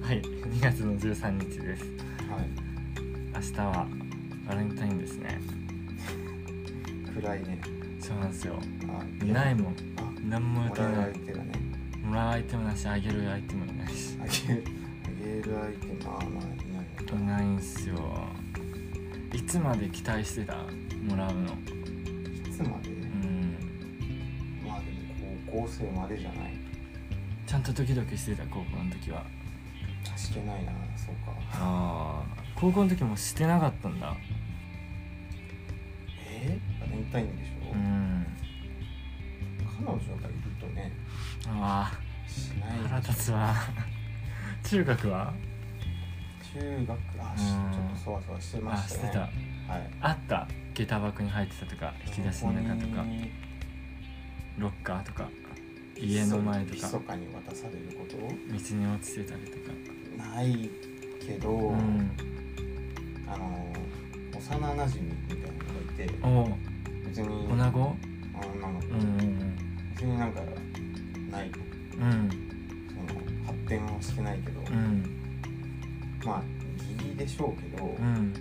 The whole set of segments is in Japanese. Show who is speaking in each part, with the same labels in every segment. Speaker 1: 2月の13日です
Speaker 2: はい
Speaker 1: 明日はバレンタインですね
Speaker 2: 暗いね
Speaker 1: そうなんですよ
Speaker 2: あ
Speaker 1: ないもん
Speaker 2: あ
Speaker 1: 何も予
Speaker 2: も
Speaker 1: 定
Speaker 2: ら
Speaker 1: ない
Speaker 2: える相手がね
Speaker 1: もらう相手もなしあげる相手もいないし
Speaker 2: あげるあげる相手まあまあいないね
Speaker 1: いないんすよいつまで期待してたもらうの
Speaker 2: いつまで
Speaker 1: うん
Speaker 2: まあでも高校生までじゃない
Speaker 1: ちゃんとドキドキしてた高校の時は
Speaker 2: あしてないなそうか
Speaker 1: ああ高校の時もしてなかったんだ
Speaker 2: えバレンタインでしょ、
Speaker 1: うん
Speaker 2: 彼女がいるとね
Speaker 1: あ
Speaker 2: し
Speaker 1: あ
Speaker 2: ない
Speaker 1: 腹立つわ 中学は
Speaker 2: 中学あし
Speaker 1: うん
Speaker 2: ちょっとそわそわしてま
Speaker 1: あ
Speaker 2: し
Speaker 1: したて
Speaker 2: ね
Speaker 1: た
Speaker 2: はい
Speaker 1: あった下駄箱に入ってたとか引き出しの中と
Speaker 2: ここ
Speaker 1: か
Speaker 2: に
Speaker 1: ロッカーとか家の前と
Speaker 2: ひ
Speaker 1: か
Speaker 2: そかに渡されること
Speaker 1: 道に落ちてたりとか
Speaker 2: ないけど、
Speaker 1: うん
Speaker 2: あの幼なじみみたいなのがいて
Speaker 1: おお
Speaker 2: 別に
Speaker 1: おなご
Speaker 2: あのなんか
Speaker 1: うんうん
Speaker 2: 別になんかない
Speaker 1: うん
Speaker 2: その発展はしてないけど、
Speaker 1: うん
Speaker 2: まあギリでしょうけど、
Speaker 1: うん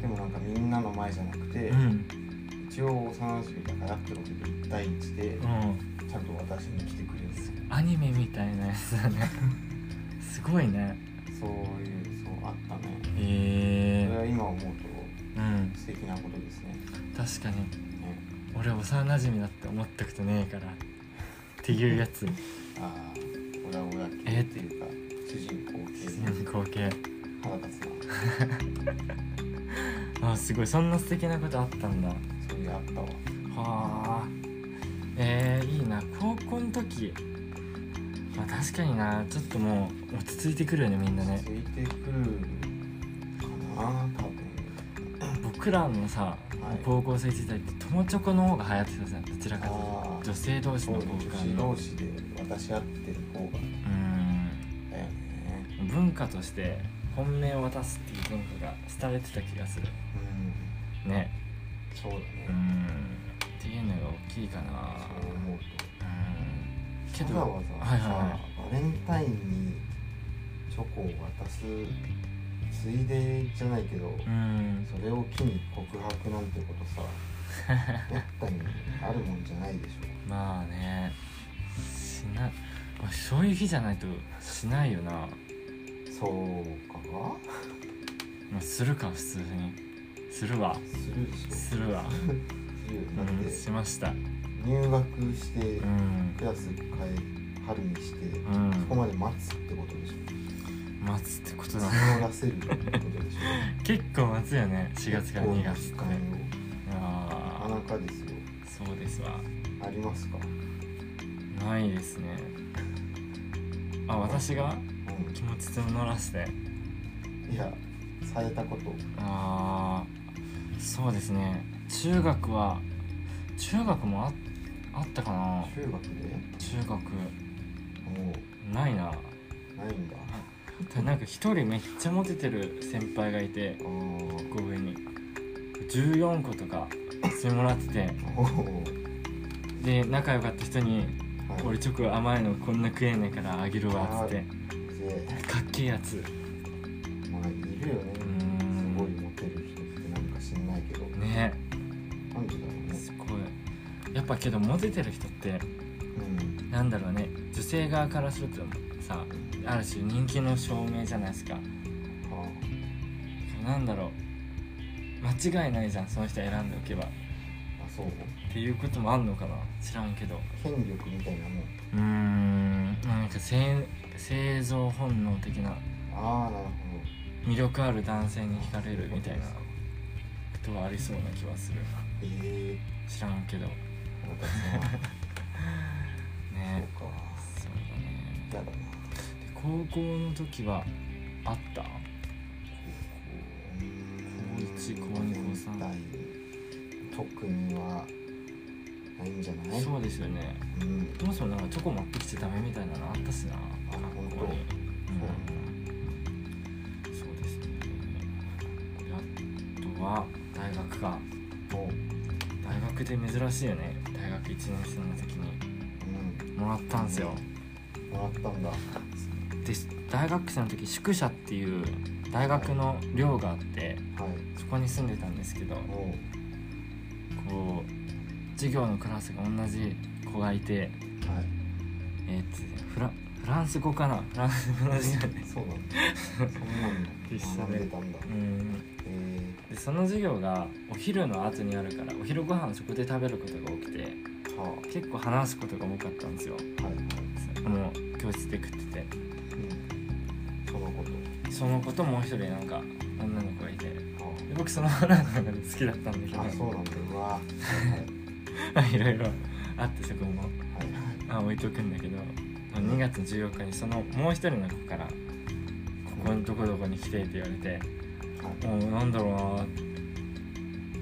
Speaker 2: でもなんかみんなの前じゃなくて、
Speaker 1: うん
Speaker 2: 一応幼なじみだからってことで1対1で
Speaker 1: うん
Speaker 2: ちゃんと私に来てくれるんですよ
Speaker 1: アニメみたいなやつだ ねすごいね
Speaker 2: そういうそうあったねそれ
Speaker 1: へえ
Speaker 2: は今思うと
Speaker 1: うん
Speaker 2: 素敵なことですね
Speaker 1: 確かに
Speaker 2: ね
Speaker 1: 俺幼なじみだって思ったことねえからっていうや つ
Speaker 2: ああ俺は親系っていうか主人公系
Speaker 1: 自然光景
Speaker 2: 腹立つな
Speaker 1: あすごいそんな素敵なことあったんだ
Speaker 2: そういうあったわ
Speaker 1: はあえー、いいな高校の時まあ確かになちょっともう落ち着いてくるよねみんなね
Speaker 2: ついてくるかな多分
Speaker 1: 僕らのさ、
Speaker 2: はい
Speaker 1: 高校生時代って友チョコの方が流行ってたじゃんどちらかという
Speaker 2: あ
Speaker 1: と
Speaker 2: あ
Speaker 1: 女性同士
Speaker 2: そう
Speaker 1: の
Speaker 2: ね
Speaker 1: 交
Speaker 2: 女
Speaker 1: 換
Speaker 2: 子
Speaker 1: の
Speaker 2: 同士で渡し合ってる方が
Speaker 1: うん
Speaker 2: だよね
Speaker 1: 文化として本命を渡すっていう文化が廃れてた気がする
Speaker 2: うん
Speaker 1: ね
Speaker 2: そうだね、
Speaker 1: うんっていうのが大きいかな
Speaker 2: そう思うと
Speaker 1: うんけど
Speaker 2: わざわざ
Speaker 1: はい
Speaker 2: さ、
Speaker 1: はいは
Speaker 2: バレンタインにチョコを渡すついでじゃないけど、
Speaker 1: いうん
Speaker 2: それを機に告白なんてことさめったにあるもんじゃないでしょ
Speaker 1: まあねしないまあそういう日じゃないとしないよな、ま
Speaker 2: そうか
Speaker 1: あ、するか普通にするわ
Speaker 2: するでしょ
Speaker 1: するわ
Speaker 2: するよだ
Speaker 1: うん
Speaker 2: っ
Speaker 1: しました
Speaker 2: て入学して
Speaker 1: うん
Speaker 2: クラス変え春にして
Speaker 1: うん
Speaker 2: そこまで待つってことでしょ
Speaker 1: 待つってことだ
Speaker 2: 募らせるって ことでし
Speaker 1: 結構待つよね4月
Speaker 2: ょ
Speaker 1: から2月って
Speaker 2: こういう時間を
Speaker 1: あ
Speaker 2: なかなかですよ
Speaker 1: あそうですわ
Speaker 2: ありますか
Speaker 1: ないですねあ私が
Speaker 2: うん
Speaker 1: 気持ちと乗らせて
Speaker 2: いや、されたこと。
Speaker 1: あーそうですね中学は中学もああったかな
Speaker 2: 中学で
Speaker 1: 中学
Speaker 2: も
Speaker 1: ないな
Speaker 2: うないんだ。
Speaker 1: ただなんか一人めっちゃモテてる先輩がいて
Speaker 2: あー
Speaker 1: ここ上に14個とかしてもらってて
Speaker 2: おー
Speaker 1: で仲良かった人に
Speaker 2: は
Speaker 1: 「
Speaker 2: い
Speaker 1: 俺チョコ甘いのこんな食えねえからあげるわ」っつって
Speaker 2: で、
Speaker 1: かっけえやつ
Speaker 2: まあ、いるよね。
Speaker 1: うー
Speaker 2: すごい
Speaker 1: ん
Speaker 2: モテる人ってなんか知んないけど。
Speaker 1: ね
Speaker 2: なんでだろうね。
Speaker 1: すごいやっぱけどモテてる人って
Speaker 2: うん。
Speaker 1: なんだろうね女性側からするとさある種人気の証明じゃないですか
Speaker 2: あ
Speaker 1: なんだろう間違いないじゃんその人選んでおけばっ
Speaker 2: ーあ、そう。
Speaker 1: ていうこともあんのかな知らんけど
Speaker 2: 権力みたいなもん。
Speaker 1: うーんなんか生生存本能的な
Speaker 2: ああ、なる
Speaker 1: 魅力ある男性に惹かれる
Speaker 2: ほど。
Speaker 1: みたいなことはありそうな気はする
Speaker 2: ええ
Speaker 1: 知らんけど
Speaker 2: ー、なんかさ、
Speaker 1: ね
Speaker 2: そうか。
Speaker 1: そうだね
Speaker 2: 嫌だな。こ
Speaker 1: で高校の時はあった
Speaker 2: ううーん
Speaker 1: 高一高二高三
Speaker 2: 大特にはないんじゃない
Speaker 1: そうですよね
Speaker 2: うん。
Speaker 1: そもそもなんかチョコ持ってきちゃダメみたいなのあったしな学校にうんそうですねであとは大学か
Speaker 2: お
Speaker 1: 大学で珍しいよね大学1年生の時に
Speaker 2: う
Speaker 1: もらったんすよ
Speaker 2: ん、もらったんだ。
Speaker 1: で大学生の時宿舎っていう大学の寮があって
Speaker 2: はい
Speaker 1: そこに住んでたんですけど
Speaker 2: おう
Speaker 1: こう授業のクラスが同じ子がいて
Speaker 2: はい
Speaker 1: えーっとフラフランス語かなフランス語の授業で
Speaker 2: そうなんだそんなん
Speaker 1: 必死だ
Speaker 2: 学
Speaker 1: ね
Speaker 2: んでたんだ
Speaker 1: うん
Speaker 2: え
Speaker 1: でその授業がお昼の後にあるからお昼ご飯そこで食べることが多くて
Speaker 2: ー、は
Speaker 1: 結構話すことが多かったんですよ
Speaker 2: あはいはい、
Speaker 1: この教室で食ってて
Speaker 2: うん、そのこと
Speaker 1: その子ともう一人なんか女の子がいてで
Speaker 2: あ
Speaker 1: 僕その女の子が好きだったんだけど
Speaker 2: あそうなんだうわ
Speaker 1: いろいろあってそこも、
Speaker 2: はいはいはい
Speaker 1: あ、置いとくんだけど2月14日にそのもう一人の子から「ここのどこどこに来て」って言われて
Speaker 2: はい
Speaker 1: もうなんだろう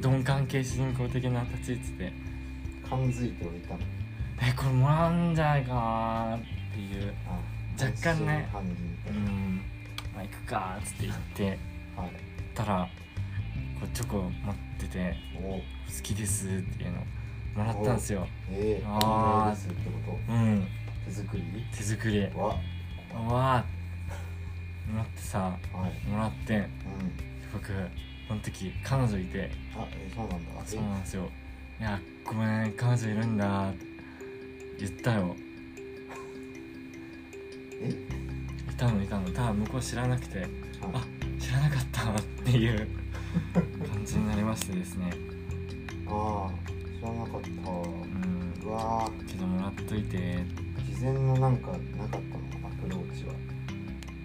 Speaker 1: な鈍感系人工的な立ち位置で
Speaker 2: 感づいておいたの
Speaker 1: 「えこれもらうんじゃないかな」っていう
Speaker 2: あ
Speaker 1: 若干ね
Speaker 2: 半人み
Speaker 1: 「う
Speaker 2: たい
Speaker 1: んまあ行くか」っつって行って
Speaker 2: なはい
Speaker 1: たらこうチョコ持ってて
Speaker 2: おう
Speaker 1: 「好きです」っていうのもらったんですよ
Speaker 2: ええ
Speaker 1: あー
Speaker 2: ですってこ
Speaker 1: うん
Speaker 2: と手作り
Speaker 1: 手作り
Speaker 2: はは
Speaker 1: うわーもらってさ
Speaker 2: い
Speaker 1: もらって
Speaker 2: うん
Speaker 1: 僕その時彼女いて
Speaker 2: あえそうなんだ
Speaker 1: そうなんですよ「いやごめん彼女いるんだ」って言ったよ
Speaker 2: え
Speaker 1: いたのいたのただ向こう知らなくて
Speaker 2: えはい
Speaker 1: あ知らなかったっていう 感じになりましてですね
Speaker 2: ああ知らなかっ
Speaker 1: う
Speaker 2: た
Speaker 1: ん
Speaker 2: うわー
Speaker 1: けどもらっといて
Speaker 2: 事前のなんかなかったのアプローチは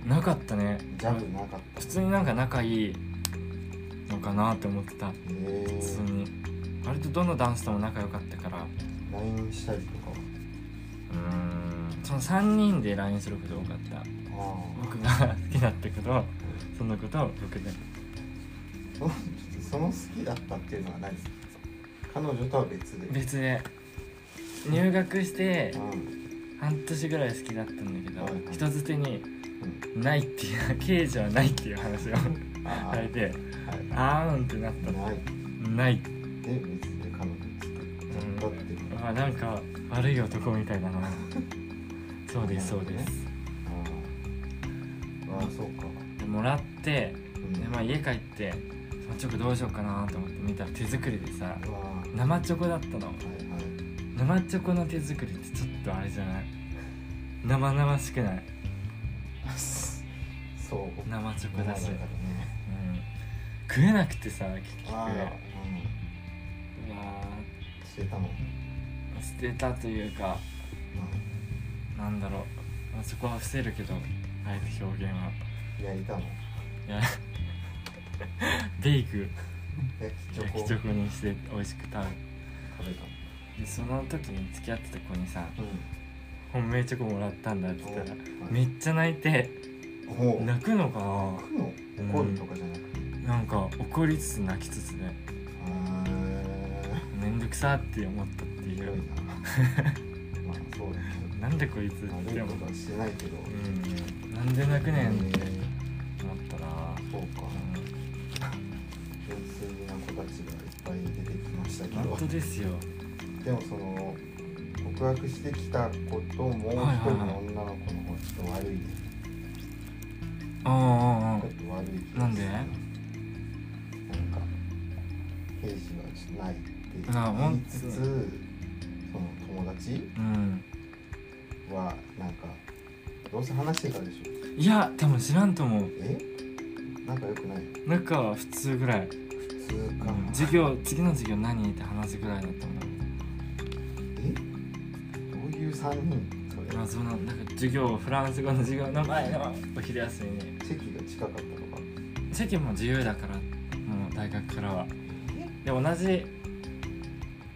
Speaker 1: なかったね
Speaker 2: ジャブなかっ
Speaker 1: 普通になんか仲いいのかなって思ってた
Speaker 2: たへえ
Speaker 1: 普通に割とどのダンスとも仲良かったから
Speaker 2: LINE したりとかは
Speaker 1: うんその3人で LINE することが多かった
Speaker 2: あ
Speaker 1: 僕が 好きだったことそんなことを僕で
Speaker 2: あその その好きだったっていうのは何彼女とは別で
Speaker 1: 別で入学して
Speaker 2: うん
Speaker 1: 半年ぐらい好きだったんだけど
Speaker 2: はいはい
Speaker 1: 人づてに「ない」っていう 刑事はないっていう話を
Speaker 2: うんああ
Speaker 1: されて
Speaker 2: はい
Speaker 1: 「あーん」ってなったの
Speaker 2: ない
Speaker 1: ない
Speaker 2: で別で彼女作っただって
Speaker 1: うわなんか悪い男みたいだ なそうですそうです
Speaker 2: ああああそうか
Speaker 1: でもらって
Speaker 2: うん
Speaker 1: で、まあ、家帰ってそのチョコどうしようかなと思って見たら手作りでさ
Speaker 2: うわあはい
Speaker 1: 生チョコだったの
Speaker 2: はい
Speaker 1: 生チョコの手作りってちょっとあれじゃない生々しくない
Speaker 2: そう
Speaker 1: 生チョコ
Speaker 2: だ
Speaker 1: だし、
Speaker 2: か
Speaker 1: う
Speaker 2: ら
Speaker 1: ん
Speaker 2: ね、
Speaker 1: 食えなくてさ結局う
Speaker 2: あ
Speaker 1: わ
Speaker 2: あうんしてたの、
Speaker 1: ー捨てたというか
Speaker 2: う
Speaker 1: なんだろう、まあ、そこは伏せるけどあえて表現は
Speaker 2: ん、焼いたの
Speaker 1: いや ベイク
Speaker 2: 焼きチョ
Speaker 1: 焼
Speaker 2: コ
Speaker 1: きチョコにして美味しく食
Speaker 2: 食べた
Speaker 1: べでその時に付き合ってた子にさ
Speaker 2: の
Speaker 1: 「本命チョコもらったんだ」って言ったら
Speaker 2: うん
Speaker 1: めっちゃ泣いて
Speaker 2: おお
Speaker 1: 泣くのか
Speaker 2: 泣くの怒るとかじゃなくて
Speaker 1: ななんか怒りつつ泣きつつね
Speaker 2: へ
Speaker 1: めんどくさって思ったって
Speaker 2: え
Speaker 1: い
Speaker 2: 広
Speaker 1: う
Speaker 2: いなまあそうだ
Speaker 1: なんでこいつっ
Speaker 2: け
Speaker 1: て
Speaker 2: ど悪い
Speaker 1: 思
Speaker 2: こ
Speaker 1: っ
Speaker 2: と
Speaker 1: た
Speaker 2: はしてないけど
Speaker 1: うんなんで泣くねんっ
Speaker 2: え
Speaker 1: て思ったな
Speaker 2: ーそうか純粋な子たちがいっぱい出てきましたけ
Speaker 1: うん
Speaker 2: ど
Speaker 1: 本当ですよ
Speaker 2: でもその告白してきた子ともう一人の女の子の方がちょっと悪い
Speaker 1: ああああ
Speaker 2: ちょっと悪い気がする
Speaker 1: なんで
Speaker 2: なんか刑事はちょっとないって
Speaker 1: あほ
Speaker 2: 言い
Speaker 1: ん
Speaker 2: つつその友達
Speaker 1: うん
Speaker 2: はなんかどうせ話してたでしょ
Speaker 1: いや多分知らんと思う
Speaker 2: えなんか良くない
Speaker 1: 中は普通ぐらい
Speaker 2: 普通か、
Speaker 1: うん授業次の授業何って話すぐらいだったもん
Speaker 2: えどういう3人それ
Speaker 1: 謎のなんか授業フランス語の授業の前のお昼休みに
Speaker 2: 席が近かったとか
Speaker 1: 席も自由だからもう大学からは
Speaker 2: え
Speaker 1: で同じ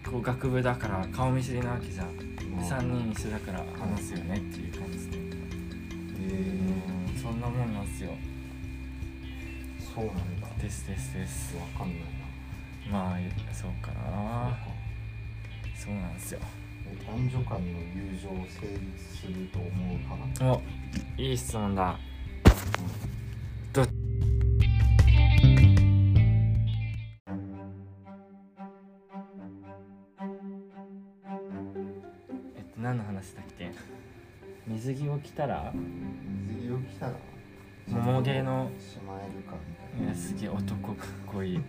Speaker 1: こう学部だから顔見知りなわけじゃんで3人一緒だから話すよねっていう感じで
Speaker 2: え
Speaker 1: うんそんなもんなんすよ
Speaker 2: ー、そうなんだわ
Speaker 1: ですですです
Speaker 2: かんないな
Speaker 1: まあそうか
Speaker 2: そう
Speaker 1: な
Speaker 2: か
Speaker 1: そうなんすよ
Speaker 2: え男女間の友情を成立すると思うかな
Speaker 1: おいい質問だどえっと何の話だっけ水着を着たら
Speaker 2: 水着を着たら
Speaker 1: 桃芸の
Speaker 2: しまえるかみたい
Speaker 1: いやすげえ男かっこいいちょ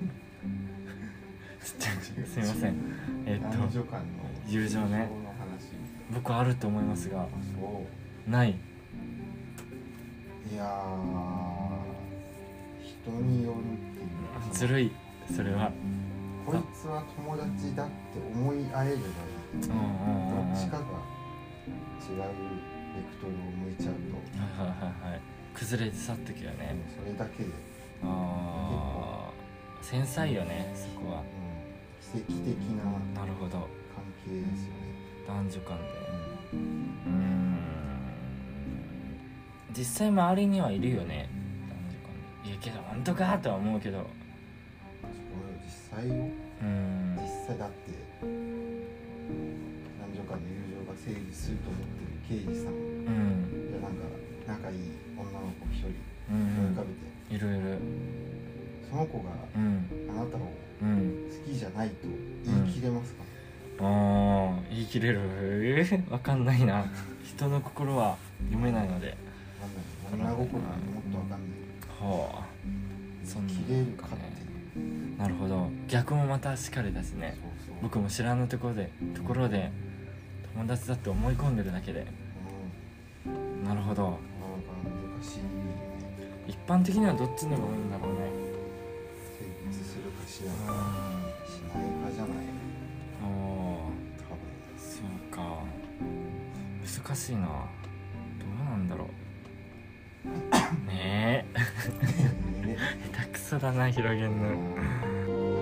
Speaker 1: っとすいませんえっ
Speaker 2: な男
Speaker 1: と
Speaker 2: 女間の
Speaker 1: 友情ね
Speaker 2: 友の話
Speaker 1: 僕あると思いますが
Speaker 2: そ
Speaker 1: ない、
Speaker 2: ういやー人によるっていう
Speaker 1: ずるいそれは
Speaker 2: こいつは友達だって思い合えればいい
Speaker 1: うんうんうんうん
Speaker 2: どっ
Speaker 1: はい
Speaker 2: ちかが違うベクトルを向いちゃうと
Speaker 1: はいはいはい崩れて去ってくよね
Speaker 2: それだけで、うん、
Speaker 1: あー繊細よねそこは
Speaker 2: 奇跡的な
Speaker 1: なるほど
Speaker 2: 関係ですよね、
Speaker 1: 男女間で
Speaker 2: う
Speaker 1: うーん実際周りにはいるよね男女間でいやけど本当かとは思うけど
Speaker 2: ん、そこは実際を
Speaker 1: うーん
Speaker 2: 実際だって男女間の友情が成立すると思ってる刑事さん
Speaker 1: うん
Speaker 2: じゃなんか仲いい女の子一人
Speaker 1: う
Speaker 2: 思い浮
Speaker 1: ん
Speaker 2: かべて、
Speaker 1: いろいろ
Speaker 2: その子が
Speaker 1: うん
Speaker 2: あなたを好
Speaker 1: うん
Speaker 2: きじゃないと言い切れますか、
Speaker 1: ああ言い切れる わかんないな人の心は読めないので
Speaker 2: わかんない女心なんてもっとわかんない
Speaker 1: ほうそんな
Speaker 2: 切れるかっていう、
Speaker 1: なるほど逆もまたしかりだしね
Speaker 2: そうそう
Speaker 1: 僕も知らぬところでところで友達だって思い込んでるだけで
Speaker 2: うん
Speaker 1: なるほど
Speaker 2: なんか難しいね
Speaker 1: 一般的にはどっちの方がいいんだろうね
Speaker 2: 成立するかしないかしないかじゃない
Speaker 1: おお
Speaker 2: 多分
Speaker 1: ーそうか難しいなどうなんだろうねえ
Speaker 2: ね
Speaker 1: 下手くそだな広げんの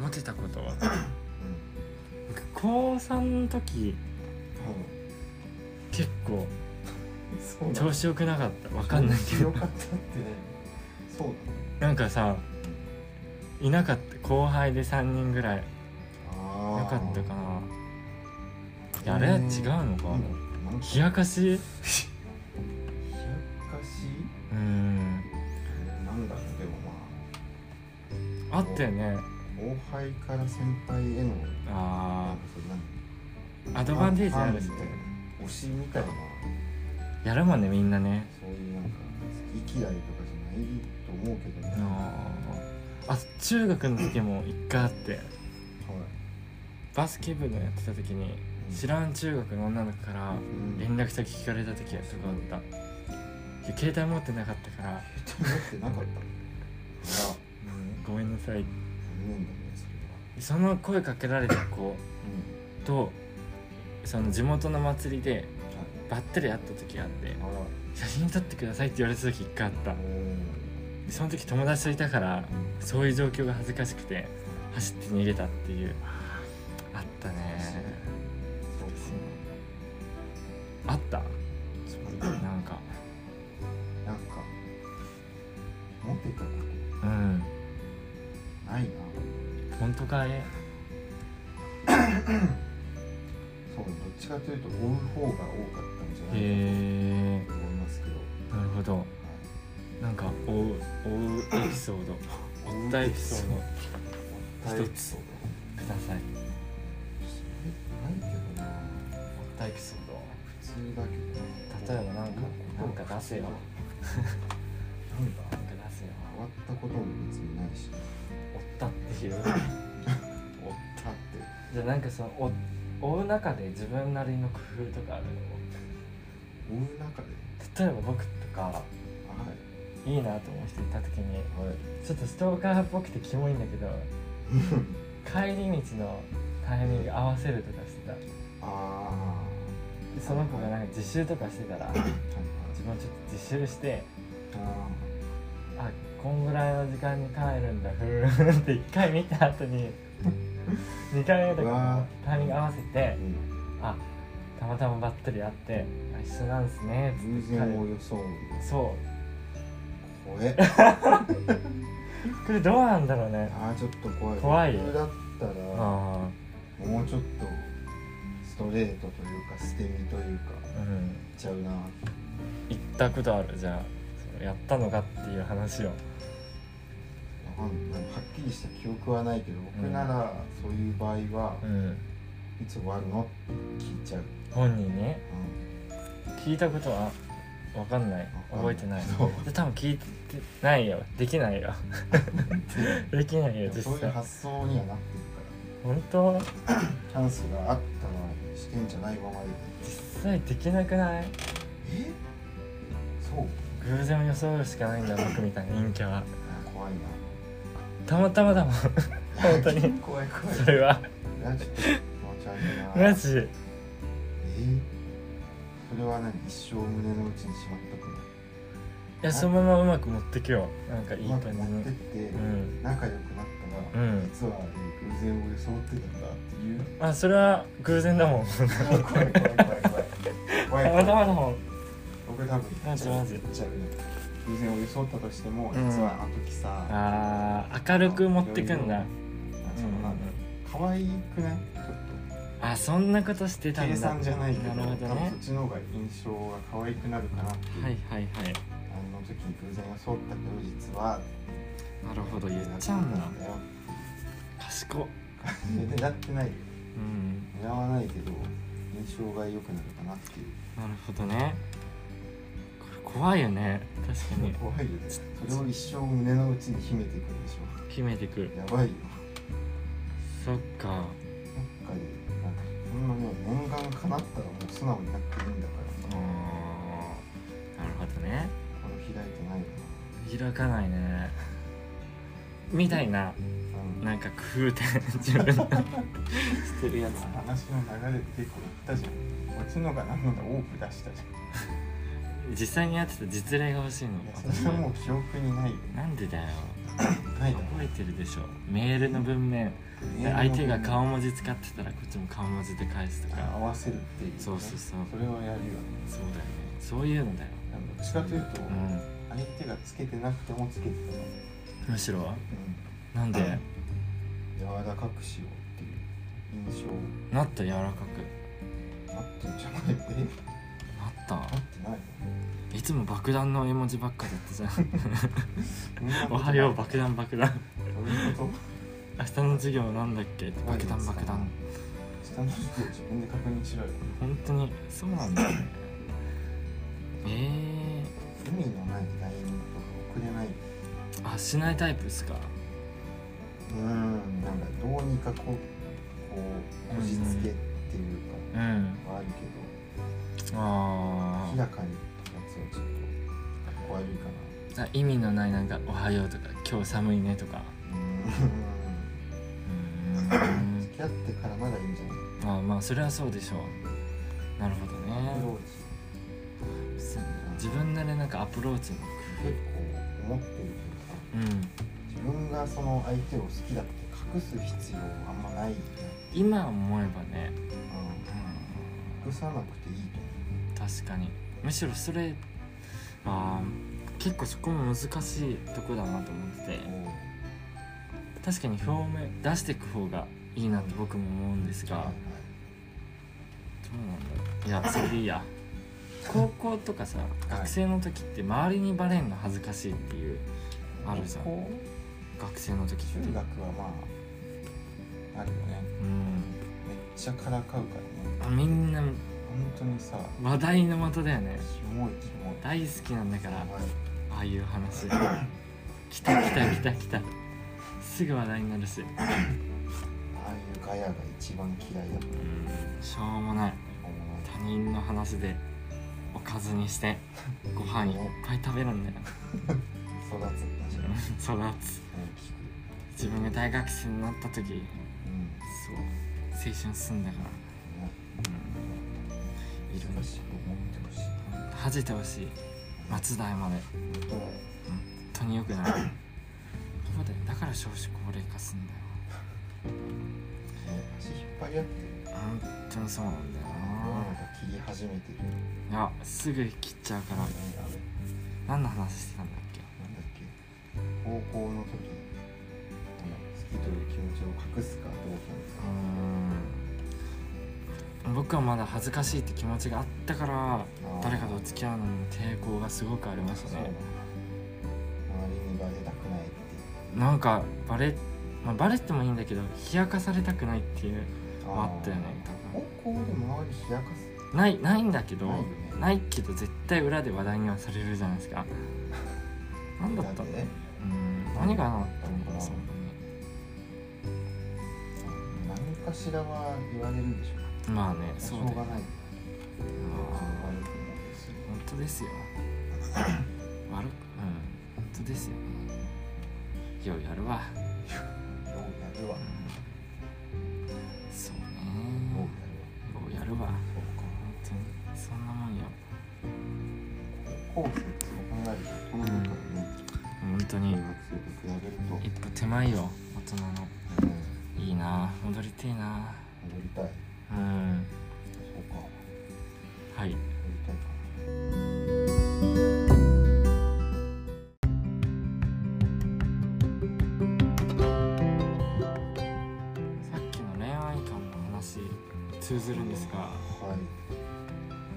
Speaker 1: モテたことは
Speaker 2: うん
Speaker 1: 僕高3の時結構
Speaker 2: そう
Speaker 1: 調子よくなかったわかんないけど
Speaker 2: よかったってねそう
Speaker 1: なんかさいなかった後輩で3人ぐらい
Speaker 2: なの
Speaker 1: よかったかないやあれは違うのか
Speaker 2: なんか
Speaker 1: 冷やかし
Speaker 2: 冷やかし
Speaker 1: うん
Speaker 2: なんだろうでもまあ
Speaker 1: あったよね
Speaker 2: 後輩から先輩へのな
Speaker 1: あ
Speaker 2: んかそれ何
Speaker 1: ーアドバンテージあるし
Speaker 2: ファンみたいな推しみたいな
Speaker 1: やるもんねみんなね
Speaker 2: そういうなんか好き嫌いとかじゃないと思うけどね、は
Speaker 1: あーあ中学の時も一回あってバスケ部のやってた時に
Speaker 2: い、
Speaker 1: 知らん中学の女の子から
Speaker 2: うん
Speaker 1: 連絡先聞かれた時とかあったいや携帯持ってなかったから、
Speaker 2: 持ってなかったのあら
Speaker 1: ごめんなさい
Speaker 2: 残念だねそれは
Speaker 1: その声かけられた子
Speaker 2: う
Speaker 1: とその地元の祭りで
Speaker 2: んはい
Speaker 1: ばったり会った時があって
Speaker 2: あら
Speaker 1: 「写真撮ってください」って言われた時一回あった
Speaker 2: おー
Speaker 1: でその時友達といたからそういう状況が恥ずかしくて走って逃げたっていうあったね
Speaker 2: そうか
Speaker 1: あった
Speaker 2: そうか
Speaker 1: なんか
Speaker 2: なんか持ってたこ
Speaker 1: うん
Speaker 2: とないな
Speaker 1: 本当かい
Speaker 2: そうどっちかというと追う方が多かったんじゃ
Speaker 1: へ
Speaker 2: ない
Speaker 1: え
Speaker 2: かと思いますけど、
Speaker 1: なるほど
Speaker 2: は
Speaker 1: なんか追う 追うエピソード
Speaker 2: い
Speaker 1: 追ったエピソード
Speaker 2: 追ったエ
Speaker 1: 一
Speaker 2: ピ
Speaker 1: つ
Speaker 2: ソード
Speaker 1: ください追っ
Speaker 2: ないけどな
Speaker 1: たエピソード
Speaker 2: 普通だけど
Speaker 1: 例えばなんかなんか出せよ
Speaker 2: なんだ
Speaker 1: なんか出せよ
Speaker 2: 変わったことも別にないし
Speaker 1: 追ったって いう
Speaker 2: おったって
Speaker 1: じゃあなんかその追追う中で自分なりの工夫とかあるの
Speaker 2: 追う中で
Speaker 1: 例えば僕とか
Speaker 2: はい
Speaker 1: いいなと思う人いた時に
Speaker 2: はい
Speaker 1: ちょっとストーカーっぽくてキモいんだけど帰り道のタイミング合わせるとかしてたで
Speaker 2: あ
Speaker 1: その子がなんか自習とかしてたら
Speaker 2: ー
Speaker 1: 自分ちょっと自習して
Speaker 2: はいはい
Speaker 1: あこんぐらいの時間に帰るんだふーんって1回見た後に2回目と
Speaker 2: う
Speaker 1: か
Speaker 2: わ
Speaker 1: タイミング合わせ
Speaker 2: あー
Speaker 1: て
Speaker 2: うん
Speaker 1: あたまたまばったり会ってあ一緒なんすねつ
Speaker 2: 偶
Speaker 1: って
Speaker 2: 然を
Speaker 1: 帰る
Speaker 2: 装う
Speaker 1: そ
Speaker 2: 怖え
Speaker 1: うこれどうなんだろうね
Speaker 2: あーちょっと怖い
Speaker 1: 怖い
Speaker 2: 僕だったら
Speaker 1: あ
Speaker 2: もうちょっとストレートというか捨て身というか
Speaker 1: あうん
Speaker 2: いっちゃうな
Speaker 1: 行ったことあるじゃあそのやったのかっていう話を
Speaker 2: あなんなんはっきりした記憶はないけど僕ならそういう場合は
Speaker 1: うん
Speaker 2: いつ終わるのって聞いちゃう、
Speaker 1: 本人ね
Speaker 2: う
Speaker 1: 聞いたことはわかんない
Speaker 2: ん
Speaker 1: 覚えてない
Speaker 2: そう
Speaker 1: で多分聞いてないよできない よできないよ
Speaker 2: でも
Speaker 1: 実
Speaker 2: そういう
Speaker 1: 際
Speaker 2: 発想にはなって
Speaker 1: 本当
Speaker 2: るからチャンスがあったのにしてんじゃないままで
Speaker 1: 実際できなくない
Speaker 2: えそう
Speaker 1: 偶然を装うしかないんだ僕みたいな陰キャは
Speaker 2: あ怖いな
Speaker 1: たまたまだもん本当に
Speaker 2: 怖い怖い
Speaker 1: それは
Speaker 2: マジ気持ち悪いな
Speaker 1: マジ
Speaker 2: えそれは何一生胸の内にしまっとくの
Speaker 1: いやそのままうまく持ってけよなんかいいう
Speaker 2: ま
Speaker 1: 感
Speaker 2: く
Speaker 1: じ
Speaker 2: 持
Speaker 1: に
Speaker 2: ってって
Speaker 1: うん
Speaker 2: 仲良くなったら、
Speaker 1: うん
Speaker 2: 実は、ね、偶然を装ってたんだって いう
Speaker 1: まあそれは偶然だ もん
Speaker 2: 怖い怖い怖い
Speaker 1: た
Speaker 2: 怖い怖
Speaker 1: ま
Speaker 2: い
Speaker 1: た
Speaker 2: 怖い
Speaker 1: まだもん
Speaker 2: 僕多分
Speaker 1: マジマジ
Speaker 2: 言っちゃうね偶然を装ったとしても、
Speaker 1: うん
Speaker 2: 実はあの時さあ
Speaker 1: あー明るく持ってくんだ
Speaker 2: そのなんだろう可愛くないちょっ
Speaker 1: あそんなことして
Speaker 2: と
Speaker 1: たんだ
Speaker 2: 計算じゃないけど
Speaker 1: なるほど
Speaker 2: 多分
Speaker 1: ね
Speaker 2: そっちの方が印象が可愛くなるかなっていう、
Speaker 1: はいはいはい
Speaker 2: あの時に偶然装ったけど実は
Speaker 1: なるほど言っちゃうんだ
Speaker 2: だよ
Speaker 1: 賢っ
Speaker 2: 狙ってないよ
Speaker 1: うん
Speaker 2: 狙わないけど印象が良くなるかなっていう
Speaker 1: なるほどねこれ怖いよね確かに
Speaker 2: 怖いよねそれを一生胸の内に秘めていくんでし
Speaker 1: 秘めてくる
Speaker 2: ょやばいよ
Speaker 1: そっか
Speaker 2: なんかねなんかそんなね念願叶ったらもう素直になっていいんだか
Speaker 1: あー
Speaker 2: らさ
Speaker 1: なるほどね
Speaker 2: この開いてないよ
Speaker 1: 開かないねみたいな
Speaker 2: なあの
Speaker 1: なんか工夫点自分のしてるやつ
Speaker 2: 話の流れで結構言ったじゃん落ちのが何のだ多く出したじゃ
Speaker 1: 実際にやってた実例が欲しいの
Speaker 2: んいやそれはもう記憶にないよ
Speaker 1: なんでだよ
Speaker 2: ないだろ
Speaker 1: 覚えてるでしょメールの文面で相手が顔文字使ってたらこっちも顔文字で返すと
Speaker 2: あ合
Speaker 1: か
Speaker 2: わせるっていうね、
Speaker 1: そうそうそう
Speaker 2: それはやるよね
Speaker 1: そうだよねそういうのだよ
Speaker 2: なんかどっちかというと、
Speaker 1: うん
Speaker 2: 相手がつけてなくてもつけてたの、
Speaker 1: むしろなんで
Speaker 2: 柔らかくしようっていう印象
Speaker 1: なった柔らか
Speaker 2: あってんじゃないのえ
Speaker 1: くなっ
Speaker 2: あってない
Speaker 1: たいつも爆弾の絵文字ばっかだったじゃん
Speaker 2: の
Speaker 1: おはよう爆弾爆 弾
Speaker 2: どういうこ
Speaker 1: 明日の授業なんだっけ
Speaker 2: と
Speaker 1: 爆弾爆弾
Speaker 2: 下の人を自分で確認しろよ
Speaker 1: 本当にそうなん だよねえ
Speaker 2: 意味のない LINE とか送れない
Speaker 1: ー、あしないタイプですか
Speaker 2: うーんなんかどうにかこうこうこじつけっていう
Speaker 1: うん
Speaker 2: かはあるけ
Speaker 1: あ
Speaker 2: ど明らかにやつはちょっとかっこ悪いか
Speaker 1: あ意味のないなんか「おはよう」とか「今日寒いね」とか
Speaker 2: なう
Speaker 1: う
Speaker 2: ーん
Speaker 1: ん
Speaker 2: 付き合ってからならいいんじゃない
Speaker 1: まあまあそれはそうでしょうなるほど
Speaker 2: アプロ
Speaker 1: ね
Speaker 2: ーチ
Speaker 1: 自分なりなんかアプローチの工
Speaker 2: 結構思ってるけどさ
Speaker 1: 夫うん
Speaker 2: 自分がその相手を好きだって隠す必要あんまない、
Speaker 1: 今思えばね、
Speaker 2: 隠さなくていいと
Speaker 1: 確かにむしろそれあー結構そこも難しいとこだなと思ってて
Speaker 2: 思う
Speaker 1: 確かに表面出していく方がいいなって僕も思うんですがど
Speaker 2: は
Speaker 1: うなんだろういやそれでいいや高校とかさ学生の時って周りにバレんの恥ずかしいっていうあるじゃん
Speaker 2: こ
Speaker 1: 学生の時っ
Speaker 2: う
Speaker 1: て
Speaker 2: 中学はまああるよね
Speaker 1: うん
Speaker 2: めっちゃからかうからね
Speaker 1: あみんな
Speaker 2: 本当にさ
Speaker 1: 話題の的だよね
Speaker 2: キモいキモい
Speaker 1: 大好きなんだから
Speaker 2: やばい
Speaker 1: ああいう 話来た来た来た来たすぐ話題になるし
Speaker 2: ああいうガヤが一番嫌いだと思
Speaker 1: うんしょうもないう他人の話でおかずにしてご飯いっぱい食べるんだよ
Speaker 2: 育つんだじゃん大
Speaker 1: 育つ
Speaker 2: きく
Speaker 1: 自分が大学生になった時
Speaker 2: うん
Speaker 1: そう青春すんだからうんいろい
Speaker 2: 難しく思ってほしい
Speaker 1: ろ恥じてほしい松代まで
Speaker 2: 本当だよ
Speaker 1: 本当によくないそうだよだから少子高齢化すんだよ
Speaker 2: ね足引っ張り合ってる
Speaker 1: 本当にそうなんだよ
Speaker 2: なんか切り始めてる
Speaker 1: な、いやすぐ切っちゃうから
Speaker 2: なんだあれ
Speaker 1: 何の話してたんだっけ
Speaker 2: なんだっけ高校の時あの好きという気持ちを隠すかどうかみたいう
Speaker 1: ーん僕はまだ恥ずかしいって気持ちがあったから
Speaker 2: ー
Speaker 1: 誰かと付き合うのに抵抗がすごくありま
Speaker 2: な
Speaker 1: し
Speaker 2: そ
Speaker 1: た
Speaker 2: うな
Speaker 1: ね
Speaker 2: の周りにバレたくないっていう
Speaker 1: なんかバレ、まあ、バレてもいいんだけど冷やかされたくないっていうのもあ
Speaker 2: あ
Speaker 1: ったよね多
Speaker 2: 高校で周り冷やかす
Speaker 1: 分ないないんだけど
Speaker 2: ないよね
Speaker 1: ないけど絶対裏で話題にはされるじゃない ですか何だった
Speaker 2: なん
Speaker 1: の
Speaker 2: で
Speaker 1: うん何がなかったんだろうそんな
Speaker 2: 何かしらは言われるんでしょ
Speaker 1: にまあね
Speaker 2: うし
Speaker 1: そ
Speaker 2: ょ
Speaker 1: う
Speaker 2: う
Speaker 1: だよ
Speaker 2: がな
Speaker 1: あ
Speaker 2: い悪く思うんですよ
Speaker 1: ー本当です よ悪くうん本当ですよようやるわ
Speaker 2: ようやるわよ
Speaker 1: そうね
Speaker 2: う
Speaker 1: よ
Speaker 2: やるわ
Speaker 1: うやるわ
Speaker 2: そうか
Speaker 1: 本当にそんなもんよ
Speaker 2: 高校生ってそう考えるとこの中でね
Speaker 1: 本当
Speaker 2: 中
Speaker 1: に
Speaker 2: 学生と比べると
Speaker 1: 一歩手前よ大人の
Speaker 2: うん
Speaker 1: いいな戻りてえな
Speaker 2: 戻りたい
Speaker 1: うん
Speaker 2: そうか
Speaker 1: はい
Speaker 2: 戻りたいか
Speaker 1: さっきの恋愛観の話通ずるんですが
Speaker 2: はい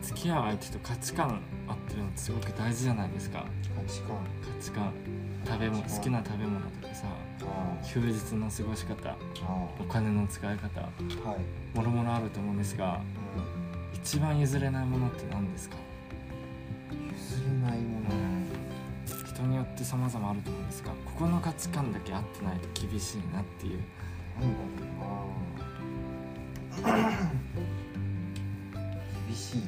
Speaker 1: 付き合う相手と価値観合ってるのってすごく大事じゃないですか
Speaker 2: 価値観
Speaker 1: 価値観食べ物好きな食べ物とかさ
Speaker 2: あ
Speaker 1: 休日の過ごし方
Speaker 2: ああ
Speaker 1: お金の使い方
Speaker 2: あはい
Speaker 1: もろもろあると思うんですが
Speaker 2: うん
Speaker 1: 一番譲れないものって何ですか
Speaker 2: 譲れないもの
Speaker 1: 人によって様々あると思うんですがここの価値観だけ合ってないと厳しいなっていう
Speaker 2: なんだろうな厳しいな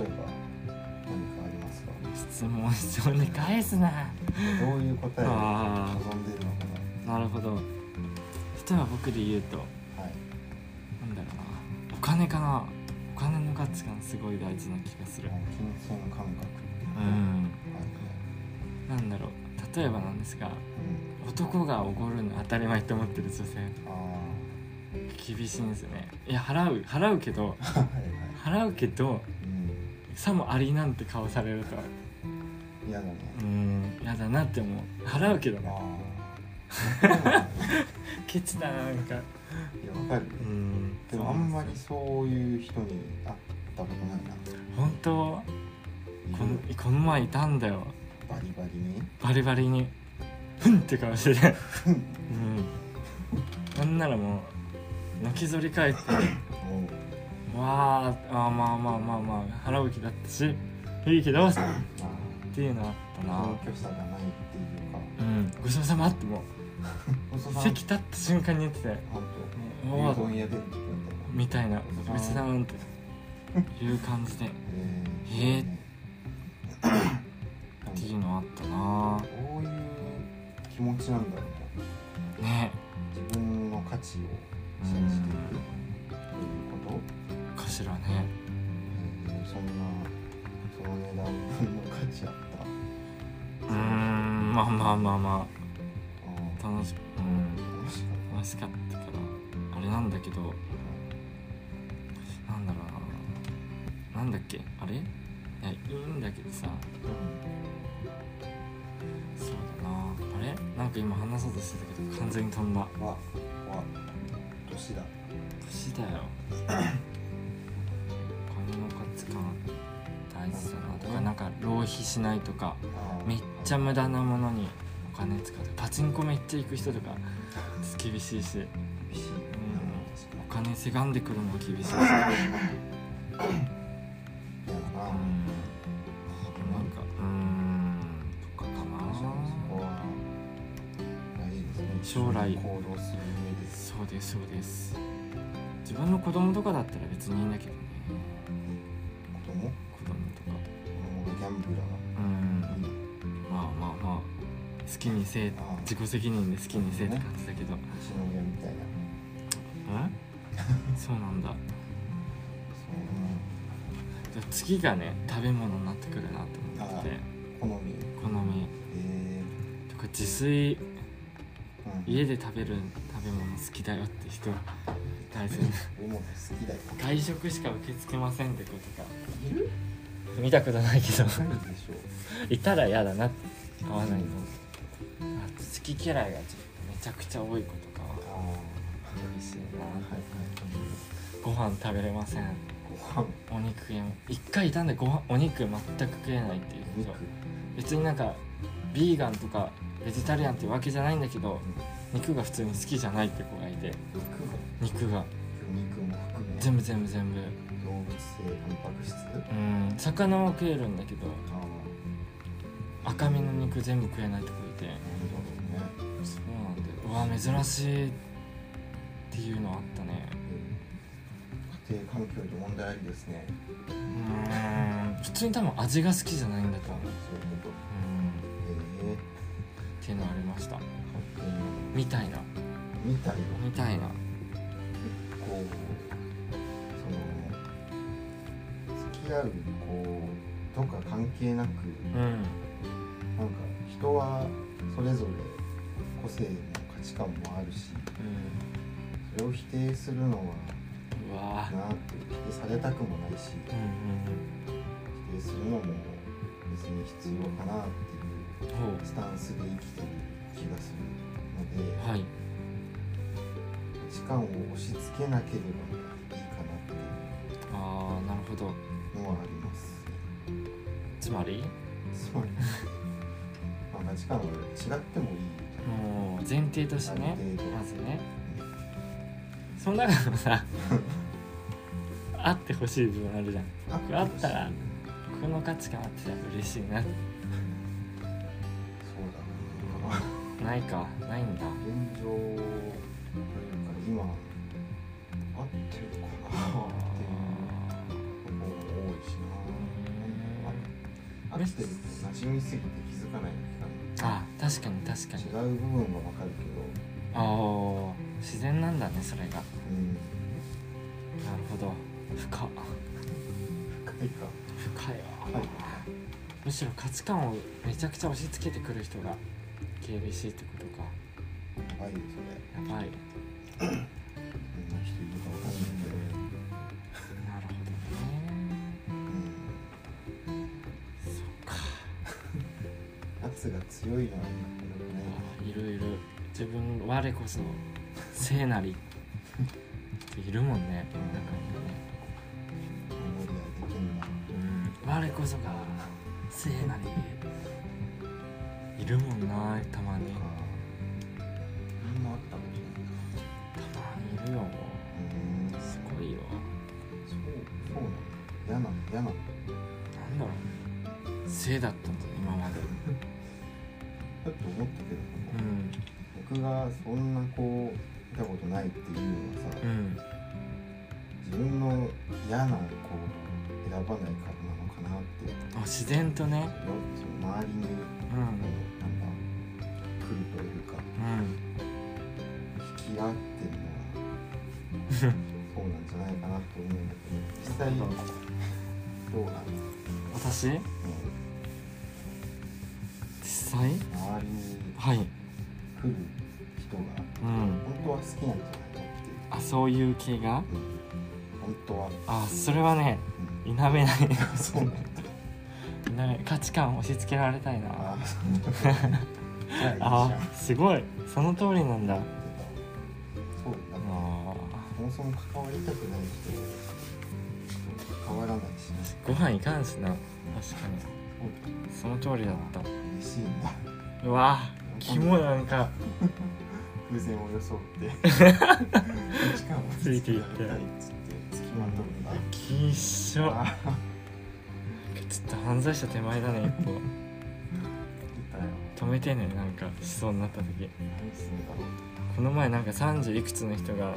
Speaker 2: 例えば何かありますか
Speaker 1: 質問質問に返すな
Speaker 2: どういう答えを
Speaker 1: あ
Speaker 2: 望んでいるのか
Speaker 1: あなるほど例えば僕で言うと
Speaker 2: なはい
Speaker 1: なんだろうなお金かなお金の価値観すごい大事な気がする
Speaker 2: 金銭感覚
Speaker 1: う
Speaker 2: はい
Speaker 1: ん
Speaker 2: ね
Speaker 1: なんだろう例えばなんですが男がおごるの当たり前と思ってる女性
Speaker 2: うんあ
Speaker 1: 厳しいんですよねいや払う払うけど
Speaker 2: あはいはい
Speaker 1: 払うけど
Speaker 2: うん
Speaker 1: さもありなんて顔されると
Speaker 2: 嫌だね
Speaker 1: うんやだなって思う払うけど
Speaker 2: あ
Speaker 1: な
Speaker 2: あ
Speaker 1: ケチだななんか
Speaker 2: いやわかる
Speaker 1: うん
Speaker 2: でもあんまりそういう人に会ったことないな
Speaker 1: 本当このこの前いたんだよ
Speaker 2: バリバリに
Speaker 1: バリバリにふんって顔しててうんなんならもうのきぞり 返って
Speaker 2: もう
Speaker 1: わーあーまあまあまあまあ払う気だったしいいけどっ
Speaker 2: まあ
Speaker 1: ていうのあったな
Speaker 2: 同居者がないっていうか
Speaker 1: うんごちそうさまっても
Speaker 2: おそさ
Speaker 1: うん席立った瞬間に言ってたよ
Speaker 2: 本
Speaker 1: う
Speaker 2: 当
Speaker 1: わ
Speaker 2: 牛丼屋でみた
Speaker 1: みた
Speaker 2: いな
Speaker 1: いな
Speaker 2: うん
Speaker 1: ごちそうさまっていう感じでっ
Speaker 2: え
Speaker 1: へえ
Speaker 2: って
Speaker 1: てい
Speaker 2: いう
Speaker 1: のあったな
Speaker 2: どういう気持ちなんだろうね
Speaker 1: ね
Speaker 2: 自分の価値を信じていくっていうこと、
Speaker 1: かしらね
Speaker 2: えーそんなその値段の価値あった
Speaker 1: うーんまあまあまあまあ
Speaker 2: あ
Speaker 1: 楽しうん
Speaker 2: ー楽しか
Speaker 1: 楽しか
Speaker 2: っ
Speaker 1: ったからあれなんだけどなんだろうななんだっけあれいやいいんだけどさ
Speaker 2: た、うん
Speaker 1: そうだなあれなんか今話そうとしてたけど完全に飛んだ
Speaker 2: わわ年だ
Speaker 1: 年だよお金の価値観大事だなとかなんか浪費しないとか
Speaker 2: あー
Speaker 1: めっちゃ無駄なものにお金使ってパチンコめっちゃ行く人とか厳しいし
Speaker 2: 厳しいな
Speaker 1: お金せがんでくるのも厳しいしうん
Speaker 2: 嫌だな、
Speaker 1: なんかうんとかか
Speaker 2: そこ
Speaker 1: な
Speaker 2: は大事ですね
Speaker 1: 将来
Speaker 2: 行動する上です
Speaker 1: そうですそうです自分の子供とかだったら別にいいんだけどね
Speaker 2: 子
Speaker 1: 子
Speaker 2: 供
Speaker 1: 供とか
Speaker 2: 子供がギャンブラ
Speaker 1: うん
Speaker 2: ーに
Speaker 1: まあまあまあ好きにせえ
Speaker 2: ああ
Speaker 1: 自己責任で好きにせえって感じだけど
Speaker 2: うちの親みたいな
Speaker 1: うんそうなんだ
Speaker 2: そ
Speaker 1: じゃあ次がね食べ物になってくるなと思ってて
Speaker 2: の好み
Speaker 1: 好み
Speaker 2: え
Speaker 1: とか自炊
Speaker 2: ーうん
Speaker 1: 家で食べる食べ物好きだよって人大事
Speaker 2: 俺も好きだよ
Speaker 1: 外食しか受け付けませんってことか
Speaker 2: いる
Speaker 1: 見たことないけど
Speaker 2: ないでしょう
Speaker 1: いたら嫌だな合わないのあと好き嫌いがちょっとめちゃくちゃ多い子とかは
Speaker 2: ああは
Speaker 1: 厳しい
Speaker 2: い
Speaker 1: な
Speaker 2: はい
Speaker 1: ご飯食べれません
Speaker 2: ご飯
Speaker 1: お肉食えん一回いたんでご飯お肉全く食えないっていう
Speaker 2: 肉
Speaker 1: 人別になんかビーガンとかベジタリアンってわけじゃないんだけど肉が普通に好きじゃないって子がいて
Speaker 2: 肉も
Speaker 1: 肉が
Speaker 2: 肉も含め
Speaker 1: 全部全部全部
Speaker 2: 動物性タンパク質
Speaker 1: うん魚は食えるんだけど
Speaker 2: ああ
Speaker 1: 赤身の肉全部食えないって子がいて
Speaker 2: なるほどね
Speaker 1: そうなんだようわ珍しいっていうのあったね
Speaker 2: 家庭環境に問題ありですね
Speaker 1: うん普通に多分味が好きじゃないんだと
Speaker 2: そう
Speaker 1: 思う
Speaker 2: いうこと
Speaker 1: うん
Speaker 2: ええ
Speaker 1: っていうのありました
Speaker 2: ー、発見
Speaker 1: みたいな
Speaker 2: みたいな
Speaker 1: みたいな
Speaker 2: こうその付き合うこうとか関係なく、
Speaker 1: うん
Speaker 2: なんか人はそれぞれ個性も価値観もあるしそれを否定するの
Speaker 1: うん
Speaker 2: は
Speaker 1: うわ
Speaker 2: なあって否定されたくもないし
Speaker 1: うんうん
Speaker 2: 否定するのも別に必要かなって
Speaker 1: うんほ
Speaker 2: いうスタンスで生きてる気がするので
Speaker 1: うはい
Speaker 2: 価値観を押し付けなければいいかなってい
Speaker 1: ああなるほど
Speaker 2: うのはあります
Speaker 1: つまり
Speaker 2: つまり まあ価値観は違ってもいい
Speaker 1: もう前提としてね
Speaker 2: 前提
Speaker 1: まずねその中でもさあってほしい部分あるじゃんあったらこの価値観あってたら嬉しいな
Speaker 2: そうだな
Speaker 1: ないかないんだ
Speaker 2: 現状というか今合ってるかなっていうのも多いしな合ってるって馴染みすぎて気づかない時
Speaker 1: あ確かに確かに
Speaker 2: 間違う部分はわかるけど
Speaker 1: ああ自然なんだねそれがな
Speaker 2: うん
Speaker 1: るほど深っ
Speaker 2: 深いか
Speaker 1: 深い
Speaker 2: 深
Speaker 1: わ
Speaker 2: いか
Speaker 1: むしろ価値観をめちゃくちゃ押し付けてくる人が厳しいってことか
Speaker 2: 深いよ
Speaker 1: やばい
Speaker 2: それどんな人いるかわかんないけど
Speaker 1: なるほどね
Speaker 2: うん
Speaker 1: そっか
Speaker 2: 圧が強いのはいいけどね
Speaker 1: いろいろ自分我こそ聖なりっているもんね世の中
Speaker 2: メディア的
Speaker 1: に
Speaker 2: には
Speaker 1: はね、我こそが聖なりいるもんなたまに
Speaker 2: ああ何もあったこ
Speaker 1: たまにい
Speaker 2: とないな
Speaker 1: るよ
Speaker 2: うんそう
Speaker 1: すごいよ
Speaker 2: そうなの嫌なの嫌なの
Speaker 1: なんだろう聖だったんだね今まで
Speaker 2: だって思ったけど、
Speaker 1: うん
Speaker 2: 僕がそんなこう見たことないっていうのはさ、
Speaker 1: うん
Speaker 2: 自分の嫌なこう選ばないからなのかなって
Speaker 1: あ自然とね
Speaker 2: その周りに、
Speaker 1: うん
Speaker 2: あのなんか来るというか
Speaker 1: うん
Speaker 2: 引き合ってるのはそうなんじゃないかなと思うんだけど実際どうなんですか
Speaker 1: 私実際
Speaker 2: 周りに
Speaker 1: はい
Speaker 2: 来る人が
Speaker 1: うん
Speaker 2: 本当は好きなんじゃないかっていう
Speaker 1: あそういう系が
Speaker 2: 本当は、
Speaker 1: あそれはね否めない
Speaker 2: そうなんだ
Speaker 1: 否めない価値観を押し付けられたいな
Speaker 2: あそうなんだじゃあいいじゃん
Speaker 1: あすごいその通りなんだ
Speaker 2: そうだな
Speaker 1: あ
Speaker 2: そもそも関わりたくない人と関わらないしね
Speaker 1: ーご飯いかんしな確かにその通りだった
Speaker 2: 嬉しいんだ
Speaker 1: うわキモなんか
Speaker 2: 偶然を装ってしかも
Speaker 1: ついていって
Speaker 2: 付き合いたいっつって付きまとうんだ
Speaker 1: きっしょ
Speaker 2: ああ
Speaker 1: ちょっと犯罪者手前だね一歩
Speaker 2: 出たよ
Speaker 1: 止めてねなんかしそうになった時
Speaker 2: 何すんだろ
Speaker 1: この前なんか30いくつの人が
Speaker 2: ううん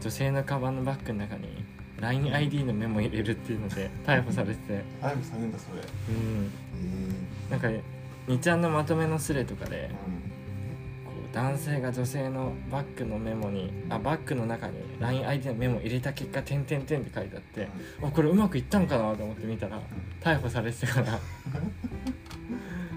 Speaker 1: 女性のカバンのバッグの中に LINEID のメモ入れるっていうので逮捕されてて
Speaker 2: 逮捕されるんだそれえ
Speaker 1: うん
Speaker 2: えう
Speaker 1: なんか2ちゃんのまとめのスレとかで
Speaker 2: ん
Speaker 1: こう男性が女性のバッグのメモにあバッグの中に LINEID のメモを入れた結果「点点点」って書いてあってあこれうまくいったのかなと思って見たら逮捕されてたから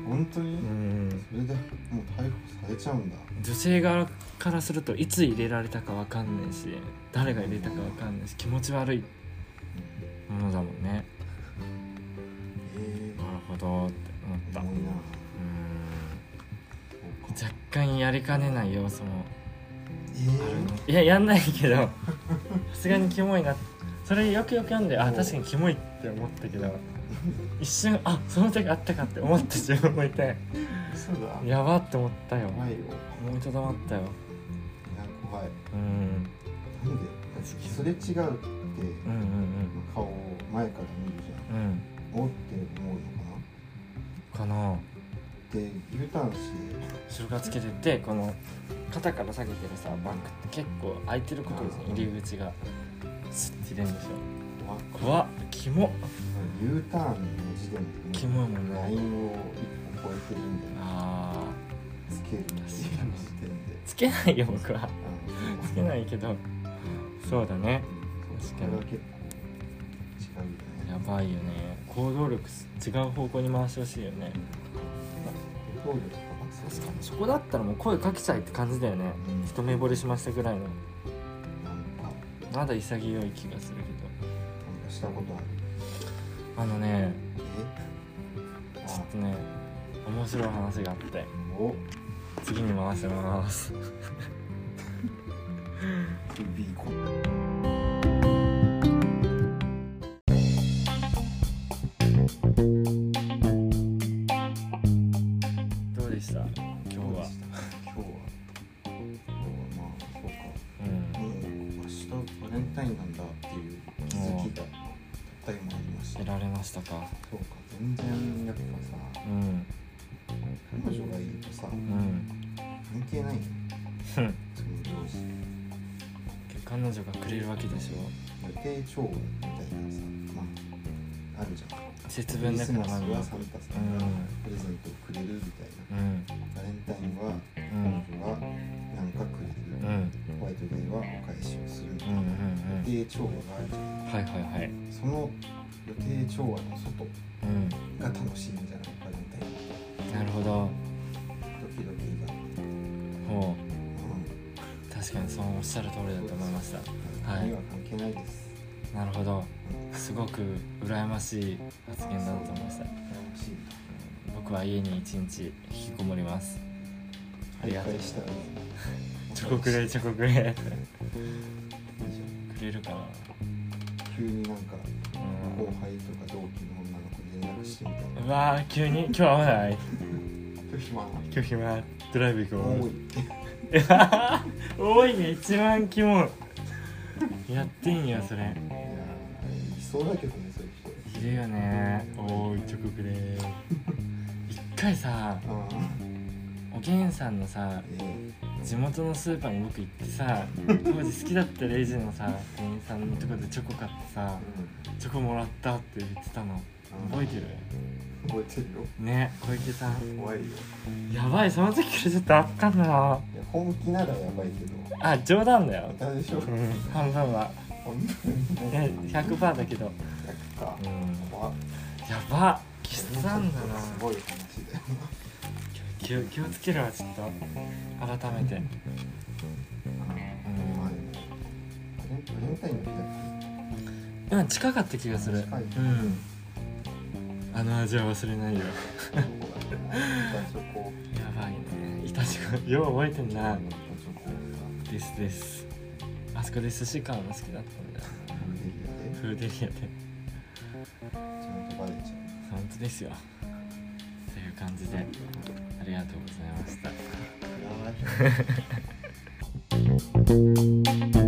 Speaker 2: 本当
Speaker 1: う
Speaker 2: に
Speaker 1: ん
Speaker 2: それでもう逮捕されちゃうんだ
Speaker 1: 女性側からするといつ入れられたかわかんないし誰が入れたかわかんないし気持ち悪いものだもんね
Speaker 2: ええ
Speaker 1: なるほどって思ったう
Speaker 2: 重いな
Speaker 1: ー
Speaker 2: そうんか
Speaker 1: 若干やりかねない要素もあるの
Speaker 2: え
Speaker 1: いややんないけどさすがにキモいなそれよくよく読んであ確かにキモいって思ったけど一瞬あその時あったかって思った自分もいて
Speaker 2: えそそうだ
Speaker 1: やばって思ったよ
Speaker 2: 怖いよ
Speaker 1: 思いとどまったよ
Speaker 2: いや怖い
Speaker 1: うん
Speaker 2: なんでそれ違うって、
Speaker 1: うんうん
Speaker 2: 顔を前から見るじゃん
Speaker 1: うんうん
Speaker 2: おって思うのかな
Speaker 1: かな
Speaker 2: って言うたんし
Speaker 1: 後ろからつけてってこの肩から下げてるさバッグって結構空いてることですね入り口がスッて入れるんでしょ
Speaker 2: 怖っ
Speaker 1: 怖っキモ
Speaker 2: U ターンの時点で
Speaker 1: キモいもんね
Speaker 2: ラインを一歩超えてるんだよ
Speaker 1: あ
Speaker 2: つけるっていう時点で
Speaker 1: ーつけないよ僕は
Speaker 2: あの
Speaker 1: つけないけどそうだね
Speaker 2: そこが結構違うよね
Speaker 1: やばいよね行動力す違う方向に回してほしいよね
Speaker 2: 行動力とか
Speaker 1: 確かにそこだったらもう声かけちゃいって感じだよね
Speaker 2: うん
Speaker 1: 一目惚れしましたぐらいの
Speaker 2: なんかなんか
Speaker 1: まだ潔い気がするけ
Speaker 2: したことある
Speaker 1: どあのね
Speaker 2: え
Speaker 1: ちょ
Speaker 2: あ
Speaker 1: っとね面白い話があって
Speaker 2: お
Speaker 1: 次に回せます
Speaker 2: 首こ
Speaker 1: どうでした今日は
Speaker 2: 今日は今日はまあそうか
Speaker 1: うん
Speaker 2: もう明日バレンタインなんだっていう気づきがたった今ありました
Speaker 1: 得られましたか
Speaker 2: そうか全然やっぱさ
Speaker 1: うん
Speaker 2: 彼女がいるとさ
Speaker 1: う
Speaker 2: 関
Speaker 1: ん
Speaker 2: 係ないよ
Speaker 1: ふん
Speaker 2: その上司
Speaker 1: 彼女がくれるわけでしょ
Speaker 2: 予定調和みたいなさまああるじゃん
Speaker 1: 節
Speaker 2: ク
Speaker 1: 分
Speaker 2: リ
Speaker 1: だ
Speaker 2: ス
Speaker 1: から
Speaker 2: マス
Speaker 1: ま
Speaker 2: は
Speaker 1: ず
Speaker 2: サンタさんが
Speaker 1: うん
Speaker 2: プレゼントをくれるみたい
Speaker 1: うん
Speaker 2: なバレンタインは
Speaker 1: うん
Speaker 2: 彼女が何かくれ
Speaker 1: うんう
Speaker 2: る
Speaker 1: ん
Speaker 2: ホワイトデーはお返しをするみた
Speaker 1: う
Speaker 2: い
Speaker 1: んう
Speaker 2: なん予定調和があるじゃん
Speaker 1: はいはいはい
Speaker 2: その予定調和の
Speaker 1: う
Speaker 2: 外
Speaker 1: ん
Speaker 2: が楽しいんじゃないバレンタイ
Speaker 1: な
Speaker 2: ン
Speaker 1: るほど
Speaker 2: ドキドキが
Speaker 1: ほ
Speaker 2: う
Speaker 1: う確かにそうおっしゃる通りだと思いました
Speaker 2: ん
Speaker 1: はい
Speaker 2: 髪は関係ないです
Speaker 1: なるほどすごく羨ましい発言だなと思いました
Speaker 2: 楽しい
Speaker 1: 僕は家に一日引きこもりますありがとう
Speaker 2: 徘徊したら
Speaker 1: チョコくれチョコくれ
Speaker 2: いいじゃん
Speaker 1: くれるかな
Speaker 2: 急になんか
Speaker 1: うん
Speaker 2: 後輩とか同期の女の子に連絡してみた
Speaker 1: うわー急に今日会わない
Speaker 2: 拒否マ
Speaker 1: 今日暇ドライブ行こ
Speaker 2: 多
Speaker 1: う
Speaker 2: いって
Speaker 1: 多いね一番キモいやってんよそれ
Speaker 2: いやーいそうだけどねそういう人
Speaker 1: いるよねおーいチョコくれ一回さ
Speaker 2: ああ
Speaker 1: おげんさんのさ
Speaker 2: え
Speaker 1: 地元のスーパーに僕行ってさ当時好きだったレイジのさ店員さんのとこでチョコ買ってさ
Speaker 2: え
Speaker 1: チョコもらったって言ってたの
Speaker 2: うん
Speaker 1: 覚えてる
Speaker 2: 覚えてるよ
Speaker 1: ね小池さん
Speaker 2: 怖いよ
Speaker 1: やばいその時からちょっとあったんだない
Speaker 2: や本気ならやばいけど
Speaker 1: あ冗談だよ
Speaker 2: 歌でしょ
Speaker 1: うん半分は
Speaker 2: 本当に
Speaker 1: え
Speaker 2: ね
Speaker 1: 100%だけど
Speaker 2: 100か
Speaker 1: うん
Speaker 2: 怖っ
Speaker 1: やばキスなんだな
Speaker 2: すごい話だよ
Speaker 1: 気を気をつけるわちょっと改めて
Speaker 2: なあーまあねバレンバレンタインの日だから
Speaker 1: 今近かった気がする
Speaker 2: 近い
Speaker 1: うんあの味は忘れないよ
Speaker 2: そうだな板チョコ、板チョ
Speaker 1: や
Speaker 2: コ、
Speaker 1: ばいねいたしこよう覚えてんな
Speaker 2: フ
Speaker 1: ですですあそこで寿司買うの好きだったんだよ
Speaker 2: ルデリアで
Speaker 1: フーデリアで
Speaker 2: ちゃんとバレちゃ
Speaker 1: 本当ですよという感じでありがとうございました
Speaker 2: う。